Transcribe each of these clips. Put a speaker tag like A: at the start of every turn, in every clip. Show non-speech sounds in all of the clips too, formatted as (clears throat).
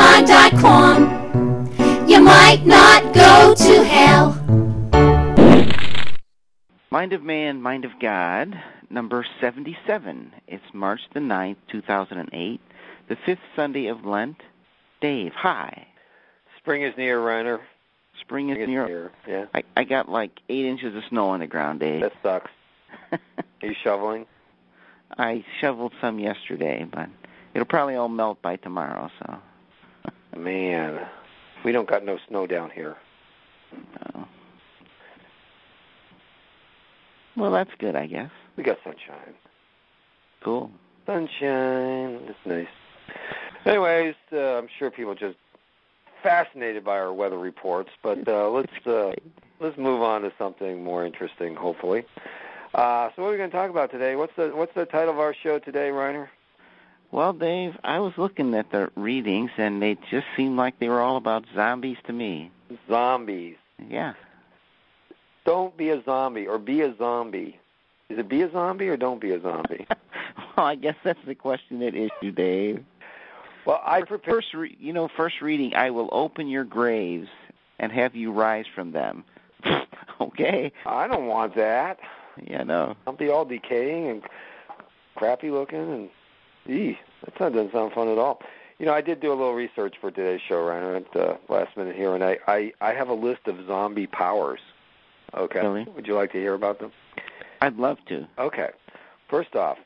A: mama.com. You might not go to hell.
B: Mind of Man, Mind of God, number 77. It's March the 9th, 2008, the fifth Sunday of Lent. Dave, hi.
C: Spring is near, Reiner.
B: Spring is
C: Spring
B: near.
C: Yeah.
B: I, I got like eight inches of snow on the ground, Dave.
C: That sucks. Are you shoveling?
B: (laughs) I shoveled some yesterday, but it'll probably all melt by tomorrow, so.
C: Man, we don't got no snow down here.
B: uh, well, that's good, I guess.
C: We got sunshine.
B: Cool.
C: Sunshine. That's nice. Anyways, uh, I'm sure people just fascinated by our weather reports, but uh, let's uh, let's move on to something more interesting, hopefully. Uh, so, what are we going to talk about today? What's the what's the title of our show today, Reiner?
B: Well, Dave, I was looking at the readings, and they just seemed like they were all about zombies to me.
C: Zombies.
B: Yeah. (laughs)
C: Don't be a zombie, or be a zombie. Is it be a zombie or don't be a zombie?
B: well, I guess that's the question at issue, Dave.
C: Well, I prepared.
B: First, re- you know, first reading, I will open your graves and have you rise from them. (laughs) okay.
C: I don't want that.
B: Yeah, no.
C: I'll be all decaying and crappy looking, and ee, that sound- doesn't sound fun at all. You know, I did do a little research for today's show, Ryan, at the last minute here, and I, I, I have a list of zombie powers. Okay.
B: Really?
C: Would you like to hear about them?
B: I'd love to.
C: Okay. First off,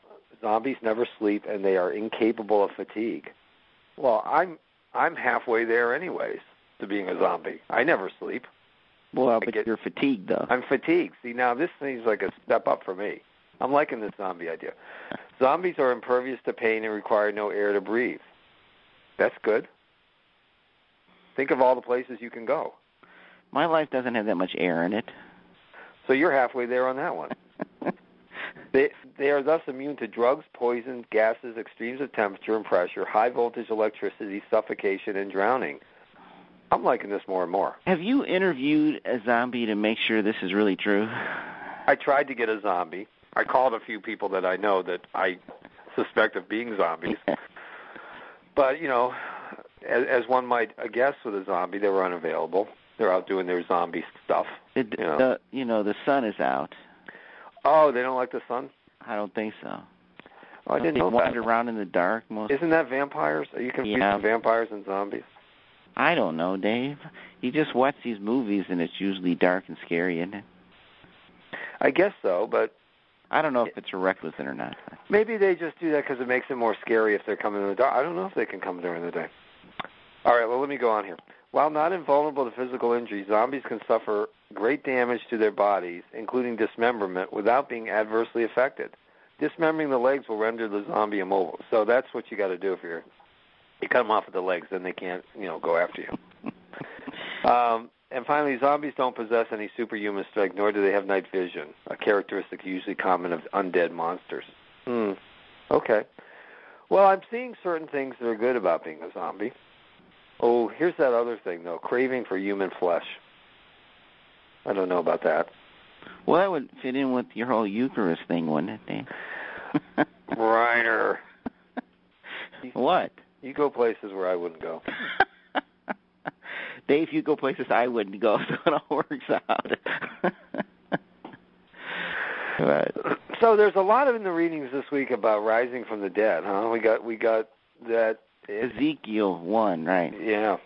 C: zombies never sleep and they are incapable of fatigue. Well, I'm I'm halfway there anyways to being a zombie. I never sleep.
B: Well,
C: I
B: but
C: get-
B: you're fatigued, though.
C: I'm fatigued. See, now this seems like a step up for me. I'm liking this zombie idea. Zombies are impervious to pain and require no air to breathe. That's good. Think of all the places you can go.
B: My life doesn't have that much air in it.
C: So you're halfway there on that one. They, they are thus immune to drugs, poisons, gases, extremes of temperature and pressure, high voltage electricity, suffocation, and drowning. I'm liking this more and more.
B: have you interviewed a zombie to make sure this is really true? (laughs)
C: I tried to get a zombie. I called a few people that I know that I suspect of being zombies. But, you know, as, as one might guess with a zombie, they were unavailable. They're out doing their zombie stuff.
B: The, the,
C: Yeah.
B: the you know the sun is out.
C: Oh, they don't like the sun?
B: I don't think so.
C: Oh, I didn't
B: they
C: know
B: wander
C: that.
B: around in the dark most.
C: Isn't that vampires? Are you confusing
B: Yeah.
C: vampires and zombies?
B: I don't know, Dave. You just watch these movies and it's usually dark and scary, isn't it?
C: I guess so, but
B: I don't know if it's a requisite or not. (laughs)
C: Maybe they just do that because it makes it more scary if they're coming in the dark. I don't know if they can come during the day. All right, well, let me go on here. While not invulnerable to physical injury, zombies can suffer great damage to their bodies, including dismemberment, without being adversely affected. Dismembering the legs will render the zombie immobile. So that's what you got to do if you're you cut them off at the legs, then they can't you know go after you. Um, and finally, zombies don't possess any superhuman strength, nor do they have night vision, a characteristic usually common of undead monsters. Hmm. Okay. Well, I'm seeing certain things that are good about being a zombie. Oh, here's that other thing though, craving for human flesh. I don't know about that.
B: Well, that would fit in with your whole Eucharist thing, wouldn't it, Dave? (laughs)
C: Reiner,
B: what? (laughs)
C: you go places where I wouldn't go. (clears throat)
B: Dave, you go places I wouldn't go, (laughs) so it all works out. (laughs) but
C: So there's a lot of in the readings this week about rising from the dead, huh? We got we got that
B: Ezekiel one, right?
C: yeah.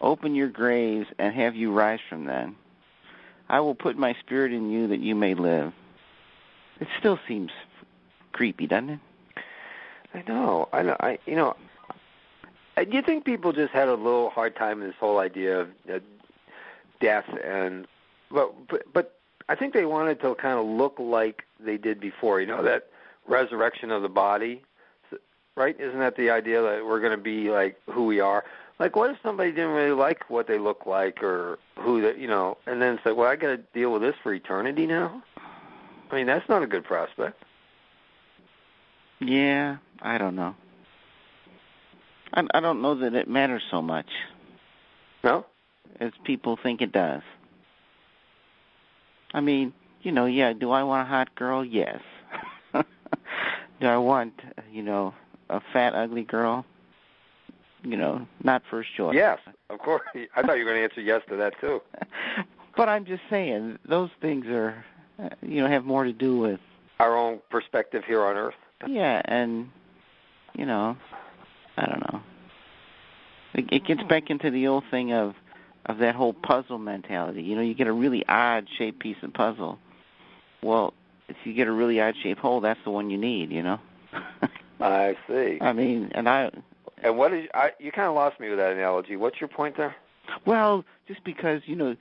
B: Open your graves and have you rise from them. I will put my spirit in you that you may live. It still seems creepy, doesn't it?
C: I know. I know. I you know. I- Do you think people just had a little hard time in this whole idea of uh, death and but but but I think they wanted to kind of look like they did before. You know that resurrection of the body, S- right? Isn't that the idea that we're going to be like who we are? Like, what if somebody didn't really like what they look like or who that you know? And then it's like, well, I got to deal with this for eternity now. I mean, that's not a good prospect.
B: Yeah, I don't know. I I don't know that it matters so much
C: No.
B: as people think it does. I mean, you know, yeah, do I want a hot girl? Yes. (laughs) do I want, you know, a fat ugly girl? you know, not first choice.
C: Yes, of course. (laughs) I thought you were going to answer yes to that too.
B: (laughs) but I'm just saying those things are, uh, you know, have more to do with
C: Our own perspective here
B: (laughs)
C: on Earth.
B: yeah, and you know, I don't know. It, it gets back into the old thing of of that whole puzzle mentality. You know, you get a really odd shaped piece of puzzle. Well, if you get a really odd shaped hole, that's the one you need. You know. (laughs)
C: I see.
B: I mean, and I
C: Uh, And what is I, you kind of lost me with that analogy? What's your point there?
B: Well, just because you know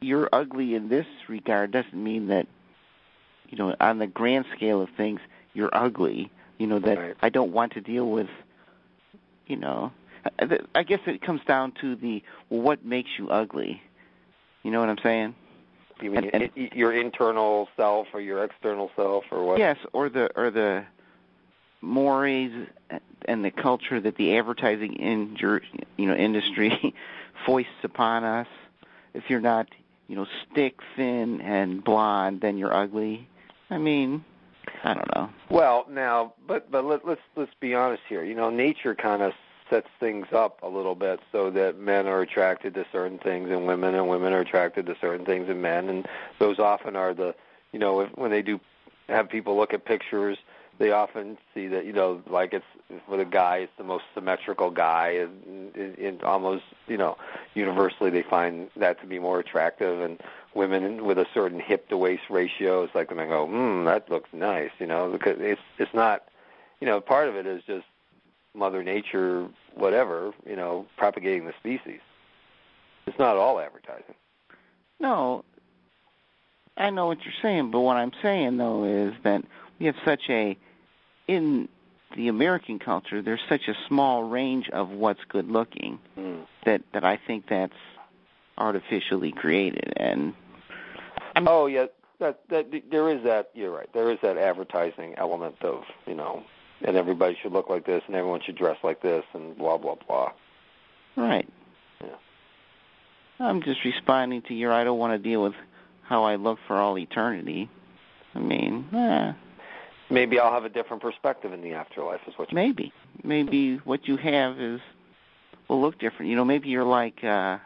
B: you're ugly in this regard doesn't mean that you know on the grand scale of things you're ugly. You know that
C: Right.
B: I don't want to deal with. You know, I- I- I guess it comes down to the what makes you ugly. You know what I'm saying?
C: You mean
B: And-
C: i- your internal self or your external self or what?
B: Yes, or the or the mores and the culture that the advertising injur, you know industry (laughs) foists upon us. If you're not you know stick thin and blonde, then you're ugly. I mean, I don't know.
C: Well, now, but but let, let's let's be honest here. You know, nature kind of sets things up a little bit so that men are attracted to certain things and women, and women are attracted to certain things and men, and those often are the, you know, if, when they do have people look at pictures, they often see that you know, like it's for the guy, it's the most symmetrical guy, and, and, and almost you know, universally they find that to be more attractive, and women with a certain hip to waist ratio, it's like when I go, hmm, that looks nice, you know, because it's it's not, you know, part of it is just Mother Nature, whatever, you know, propagating the species. It's not all advertising.
B: No, I know what you're saying, but what I'm saying though is that we have such a in the American culture, there's such a small range of what's good looking
C: Mm.
B: that that I think that's artificially created and
C: Oh yeah, that that there is that. You're right. There is that advertising element of you know, and everybody should look like this, and everyone should dress like this, and blah blah blah.
B: right.
C: Yeah.
B: I'm just responding to your I don't want to deal with how I look for all eternity. I mean, eh,
C: Maybe I'll have a different perspective in the afterlife. Is what you
B: maybe maybe what you have is will look different. You know, maybe you're like uh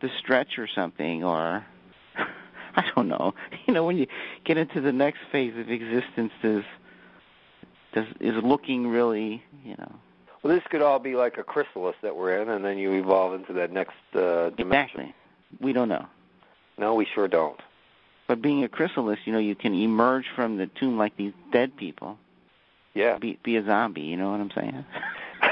B: the stretch or something or (laughs) I don't know. (laughs) You know, when you get into the next phase of existence is does is looking really, you know,
C: Well, this could all be like a chrysalis that we're in, and then you evolve into that next uh, dimension.
B: Exactly. We don't know.
C: No, we sure don't.
B: But being a chrysalis, you know, you can emerge from the tomb like these dead people.
C: Yeah.
B: Be be a zombie, you know what I'm saying? (laughs)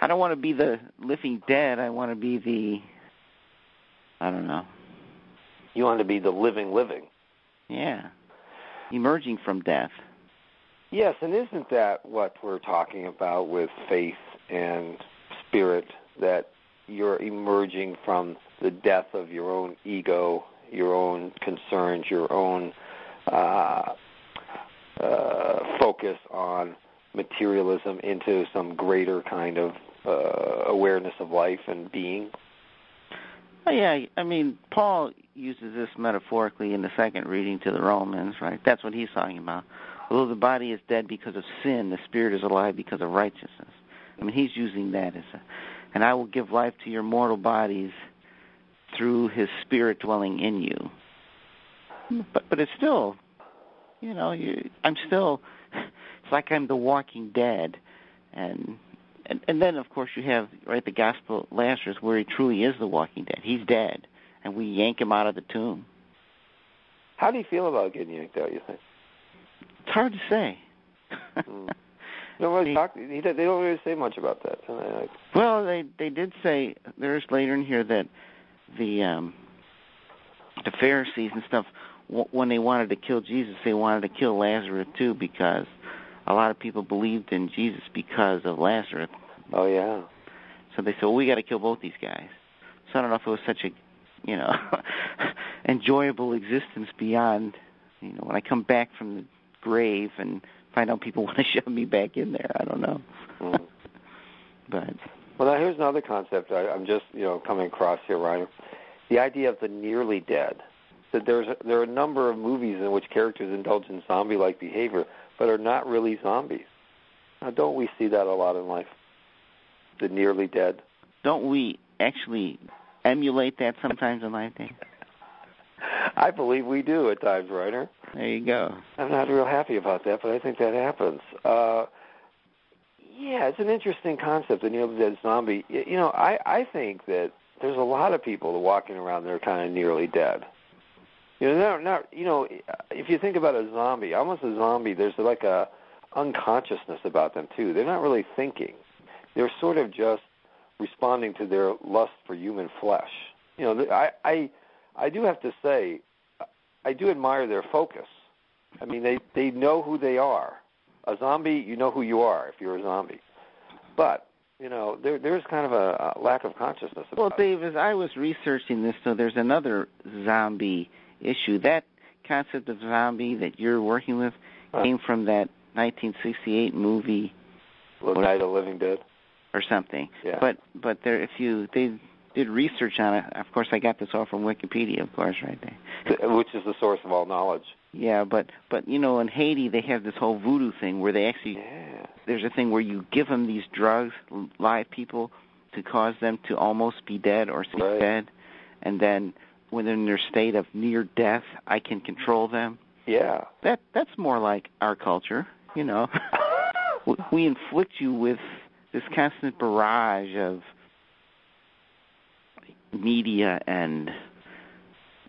B: I don't want to be the living dead. I want to be the I don't know.
C: (laughs) You want to be the living, living.
B: Yeah. Emerging from death.
C: Yes, and isn't that what we're talking about with faith and spirit? That you're emerging from the death of your own ego, your own concerns, your own uh, uh, focus on materialism into some greater kind of uh, awareness of life and being.
B: Oh, yeah, I mean, Paul uses this metaphorically in the second reading to the Romans, right? That's what he's talking about. Although the body is dead because of sin, the spirit is alive because of righteousness. I mean, he's using that as a, and I will give life to your mortal bodies through his spirit dwelling in you. But but it's still, you know, you, I'm still, (laughs) it's like I'm the Walking Dead, and and, and then of course you have right the gospel of Lazarus where he truly is the walking dead. He's dead, and we yank him out of the tomb.
C: How do you feel about getting yanked out? You think?
B: It's hard to say.
C: Mm. No, really talk, he, they don't really say much about that. And I- I-
B: well, they they did say there's later in here that the um the Pharisees and stuff w- when they wanted to kill Jesus, they wanted to kill Lazarus too because a lot of people believed in Jesus because of Lazarus.
C: Oh yeah.
B: So they said, well, we got to kill both these guys. So I don't know if it was such a, you know, (laughs) enjoyable existence beyond, you know, when I come back from the grave and find out people (laughs) want to shove me back in there. I don't know.
C: Mm.
B: (laughs) But
C: Well, now here's another concept I, I'm just you know coming across here, Ryan. The idea of the nearly dead. That there's a, there are a number of movies in which characters indulge in zombie-like behavior, but are not really zombies. Now, don't we see that a lot in life? The nearly dead.
B: Don't we actually emulate that sometimes in life, Dave?
C: I believe we do at times, Reiner.
B: There you go.
C: I'm not real happy about that, but I think that happens. Uh, yeah, it's an interesting concept, the nearly dead zombie. Y- You know, I I think that there's a lot of people that walking around that are kind of nearly dead. You know, not, not you know, if you think about a zombie, almost a zombie, there's like a unconsciousness about them too. They're not really thinking. They're sort of just responding to their lust for human flesh. You know, th- I I I do have to say, I do admire their focus. I mean, they they know who they are a zombie, you know who you are if you're a zombie. But you know, there there's kind of a, a lack of consciousness. About
B: Well,
C: it.
B: Dave, as I was researching this, though, there's another zombie issue. That concept of zombie that you're working with
C: Huh.
B: came from that 1968 movie
C: Little Night of the Living Dead.
B: or something.
C: Yeah.
B: But but there, if you they did research on it, of course, I got this all from Wikipedia, of course, right there.
C: Th- (laughs) which is the source of all knowledge.
B: Yeah, but but you know, in Haiti, they have this whole voodoo thing where they actually
C: Yeah.
B: there's a thing where you give them these drugs, l- live people, to cause them to almost be dead or seem
C: Right.
B: dead, and then when they're in their state of near death, I can control them. (laughs)
C: Yeah.
B: That that's more like our culture, you know. (laughs) we, we inflict you with this constant barrage of media and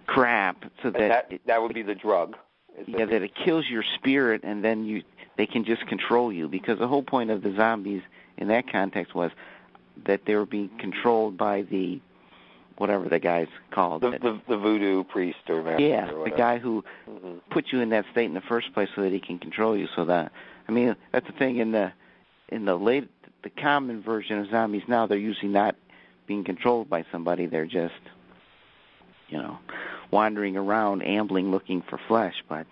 B: crap, so
C: And
B: that,
C: that that would be the drug. is
B: yeah, that it kills your spirit, and then you they can just control you. Because the whole point of the zombies in that context was that they were being controlled by the whatever the guy's called.
C: the,
B: it.
C: the the voodoo priest or master
B: yeah,
C: or
B: the
C: whatever.
B: guy who
C: hmm
B: put you in that state in the first place so that he can control you. So that I mean, that's the thing in the in the late the common version of zombies now they're usually not being controlled by somebody. They're just you know wandering around, ambling, looking for flesh. But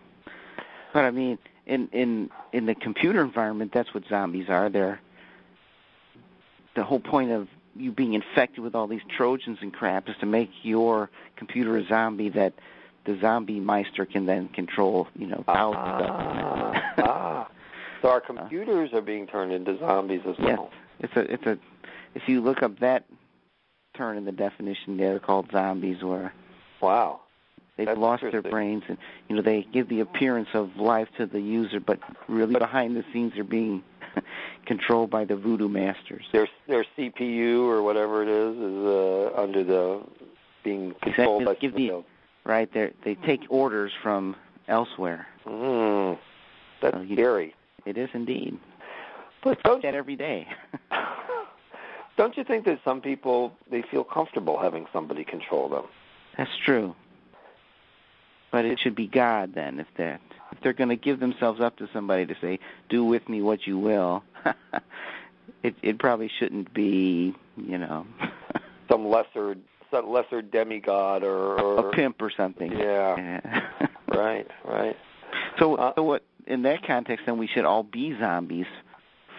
B: but I mean, in in in the computer environment, that's what zombies are. They're the whole point of you being infected with all these Trojans and crap is to make your computer a zombie that the zombie meister can then control, you know, thousands of (laughs)
C: Ah,
B: them.
C: ah. So our computers are being turned into zombies as
B: Yes.
C: well.
B: It's a it's a if you look up that turn in the definition they're called zombies where
C: Wow.
B: they've
C: That's
B: lost their
C: interesting.
B: brains and you know, they give the appearance of life to the user but really behind the scenes they're being (laughs) controlled by the voodoo masters.
C: Their their CPU or whatever it is is uh, under the being controlled by
B: Give
C: somebody
B: the-
C: else.
B: Right? They they take orders from elsewhere.
C: Mm, that's
B: So Oh, you-
C: scary.
B: It is indeed.
C: But don't
B: That every day. (laughs)
C: don't you think that some people they feel comfortable having somebody control them?
B: That's true. But it should be God then, if that if they're going to give themselves up to somebody to say, "Do with me what you will," (laughs) it it probably shouldn't be, you know, (laughs)
C: Some lesser some lesser demigod or, or
B: a pimp or something.
C: Yeah,
B: (laughs) Yeah.
C: right, right.
B: so,
C: Uh,
B: so what? In that context, then we should all be zombies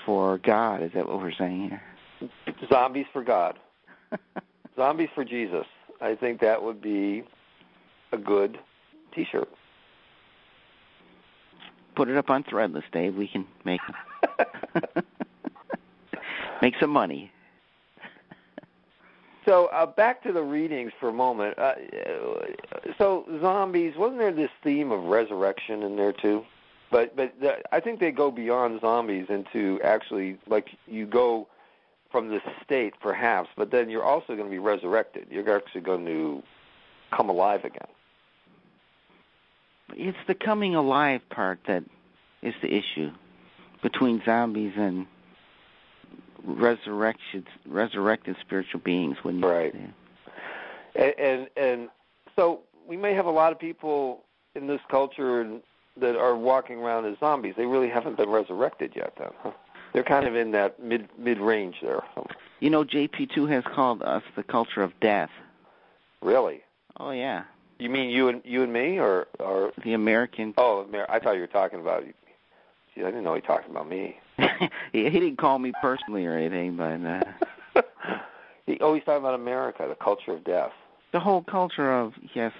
B: for God. Is that what we're saying here?
C: Zombies for God, zombies for Jesus. I think that would be a good T-shirt.
B: Put it up on Threadless, Dave. We can
C: (laughs)
B: make (laughs) make some money.
C: So uh, back to the readings for a moment. Uh, so zombies, wasn't there this theme of resurrection in there too? But but the, I think they go beyond zombies into actually like you go from this state perhaps, but then you're also going to be resurrected. You're actually going to come alive again.
B: It's the coming alive part that is the issue between zombies and resurrection, resurrected spiritual beings. When you
C: Right. and and, and so we may have a lot of people in this culture and- that are walking around as zombies. They really haven't been resurrected yet, then. Huh? They're kind of in that mid mid range there.
B: you know, JP two has called us the culture of death.
C: Really?
B: Oh yeah,
C: You mean you and you and me, or or
B: the American. (laughs)
C: oh, Mar- I thought you were talking about. Gee, I didn't know he talked about me. (laughs)
B: he, he didn't call me personally or anything, but uh,
C: he always talking about America, the culture of death.
B: the whole culture of yes,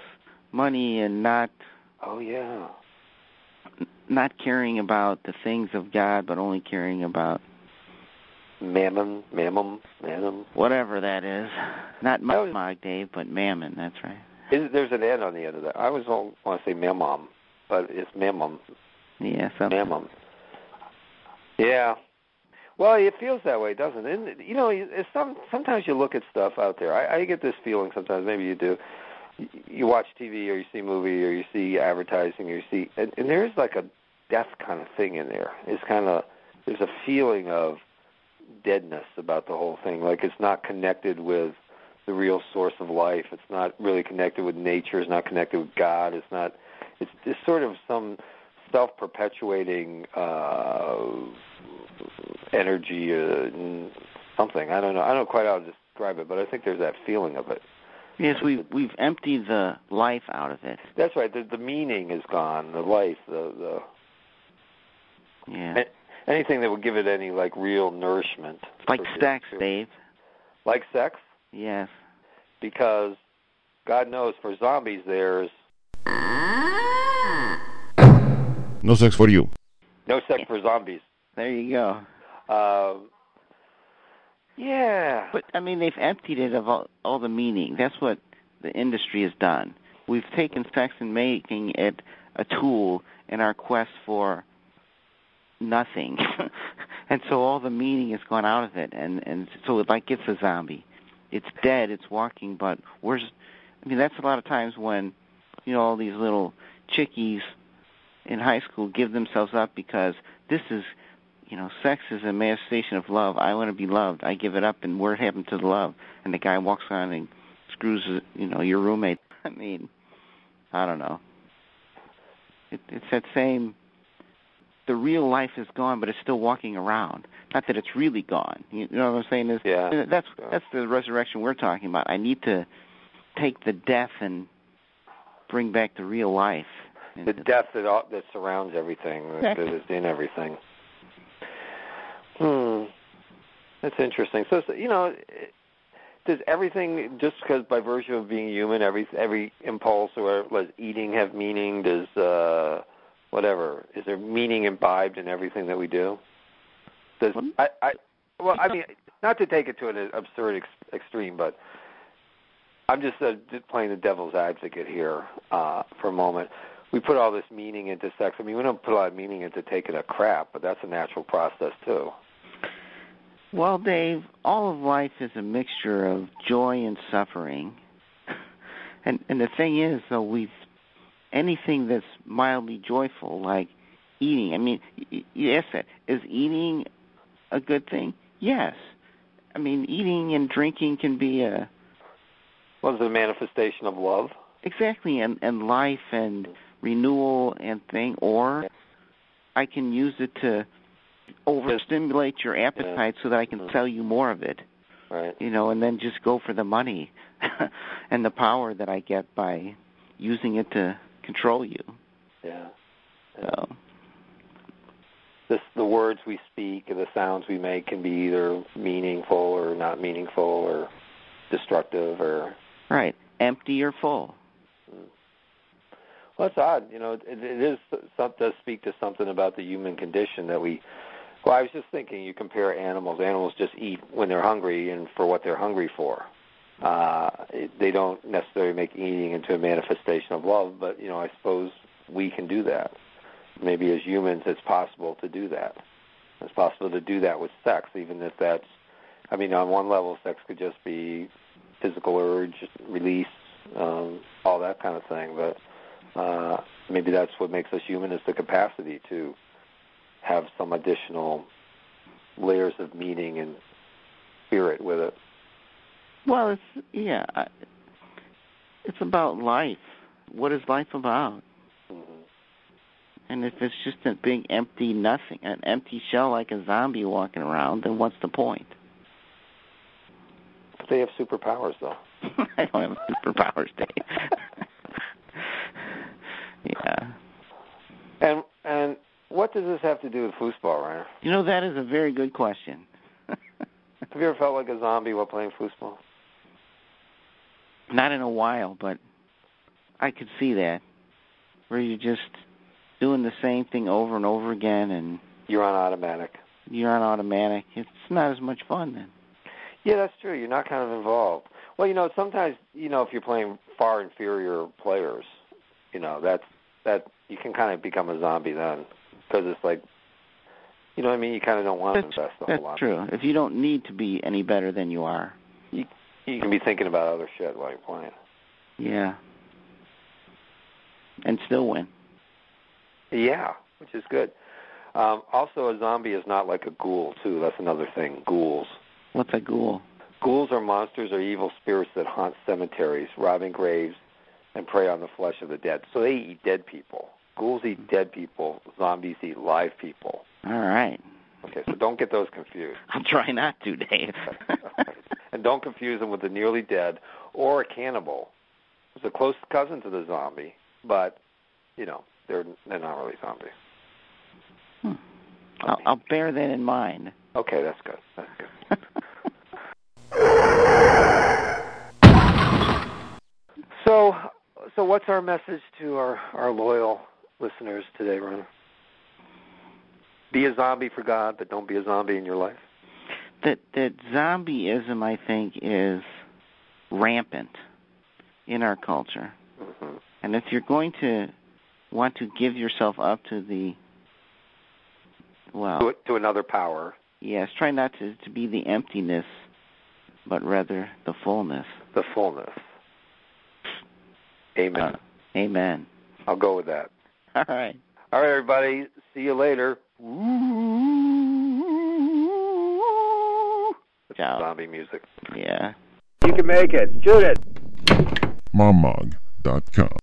B: money and not
C: Oh yeah.
B: not caring about the things of God, but only caring about
C: Mammon, mammon, mammon.
B: whatever that is. Not
C: That was-
B: Mog Dave, but Mammon. That's right.
C: Is, there's an N on the end of that. I always want to say mammon, but it's mammon.
B: Yeah. So
C: Mammon. um, Yeah. Well, it feels that way, doesn't it? And, You know, it's some, sometimes you look at stuff out there. I, I get this feeling sometimes. Maybe you do. You- You watch TV or you see movie or you see advertising or you see, and, and there is like a death kind of thing in there. It's kind of there's a feeling of deadness about the whole thing. Like it's not connected with the real source of life. It's not really connected with nature. It's not connected with God. It's not. It's just sort of some self-perpetuating uh, energy, uh, n- something. I don't know. I don't quite know how to describe it, but I think there's that feeling of it.
B: yes, we we've emptied the life out of it.
C: That's right. The, the meaning is gone. The life. The
B: Yeah.
C: the anything that would give it any like real nourishment.
B: like sex, Dave.
C: Like sex,
B: Yes.
C: because God knows for zombies there's
D: No sex for you.
C: no sex for zombies.
B: There you go.
C: Um, yeah.
B: But I mean, they've emptied it of all, all the meaning. That's what the industry has done. We've taken sex and making it a tool in our quest for nothing, (laughs) and so all the meaning has gone out of it. And and so it like it's a zombie. It's dead. It's walking. But where's? I mean, that's a lot of times when you know all these little chickies in high school give themselves up because this is you know, sex is a manifestation of love. I want to be loved. I give it up, and what happened to the love? And the guy walks on and screws, you know, your roommate. (laughs) I mean, I don't know. It, it's that same. The real life is gone, but it's still walking around. Not that it's really gone. You you know what I'm saying? Is
C: Yeah.
B: that's that's the resurrection we're talking about. I need to take the death and bring back the real life.
C: the death that all, that surrounds everything that, that is in everything. Hmm, that's interesting. So, so, you know, it- does everything just because by virtue of being human, every every impulse or does eating have meaning? Does uh, whatever is there meaning imbibed in everything that we do? Does I, I well, I mean, not to take it to an absurd ex- extreme, but I'm just uh, just playing the devil's advocate here uh, for a moment. We put all this meaning into sex. I mean, we don't put a lot of meaning into taking a crap, but that's a natural process too.
B: Well, Dave, all of life is a mixture of joy and suffering. (laughs) And and the thing is though we've anything that's mildly joyful like eating. I mean, y- y- you ask that, is eating a good thing? Yes. I mean, eating and drinking can be a
C: Well, it's a manifestation of love.
B: exactly and and life and renewal and thing or I can use it to overstimulate your appetite so that I can sell you more of it.
C: Right.
B: you know, and then just go for the money (laughs) and the power that I get by using it to control you.
C: Yeah.
B: So,
C: This, the words we speak and the sounds we make can be either meaningful or not meaningful or destructive or
B: right, empty or full.
C: Well, that's odd. You know, it, it is some, does speak to something about the human condition that we. Well, I was just thinking. You compare animals. Animals just eat when they're hungry and for what they're hungry for. Uh, it, they don't necessarily make eating into a manifestation of love, but you know, I suppose we can do that. Maybe as humans, it's possible to do that. It's possible to do that with sex, even if that's. I mean, on one level, sex could just be physical urge release, um, all that kind of thing, but uh, maybe that's what makes us human is the capacity to have some additional layers of meaning and spirit with it.
B: Well, it's yeah, I- it's about life. What is life about? Mm-hmm. And if it's just a big empty nothing, an empty shell like a zombie walking around, then what's the point? (laughs)
C: But they have superpowers, though.
B: I don't have superpowers, Dave. (laughs) yeah.
C: And and what does this have to do with foosball, Reiner?
B: You know, that is a very good question.
C: Have you ever felt like a zombie while playing foosball?
B: Not in a while, but I could see that. Where you just doing the same thing over and over again and
C: You're on automatic.
B: you're on automatic, it's not as much fun then.
C: Yeah, that's true. You're not kind of involved. Well, you know, sometimes you know if you're playing far inferior players, you know that's that you can kind of become a zombie then because it's like, you know, what I mean, you kind of don't want to
B: That's,
C: invest a whole
B: that's
C: lot.
B: true. If you don't need to be any better than you are.
C: You can be thinking about other shit while you're playing.
B: Yeah. And still win.
C: Yeah, which is good. Um, also, a zombie is not like a ghoul too. That's another thing. Ghouls.
B: What's a ghoul?
C: Ghouls are monsters or evil spirits that haunt cemeteries, robbing graves, and prey on the flesh of the dead. So they eat dead people. Ghouls eat dead people. Zombies eat live people.
B: All right. (laughs)
C: Okay, so don't get those confused.
B: I'll try not to, Dave. (laughs)
C: and don't confuse them with the nearly dead or a cannibal. It's a close cousin to the zombie, but, you know, they're, they're not really zombies.
B: Hmm. I'll, I'll bear that in mind. (laughs)
C: Okay, that's good. That's good. So, so what's our message to our, our loyal listeners today, Ron? Be a zombie for God, but don't be a zombie in your life.
B: that that zombieism, I think, is rampant in our culture.
C: hmm
B: And if you're going to want to give yourself up to the well, Oh.
C: To, to another power,
B: yes, try not to to be the emptiness, but rather the fullness.
C: the fullness. Amen.
B: Uh, amen. (laughs)
C: I'll go with that.
B: All right.
C: All right, everybody. See you later.
B: Ciao.
C: Zombie music.
B: Yeah.
E: You can make it. Shoot it.
D: Mommog.com.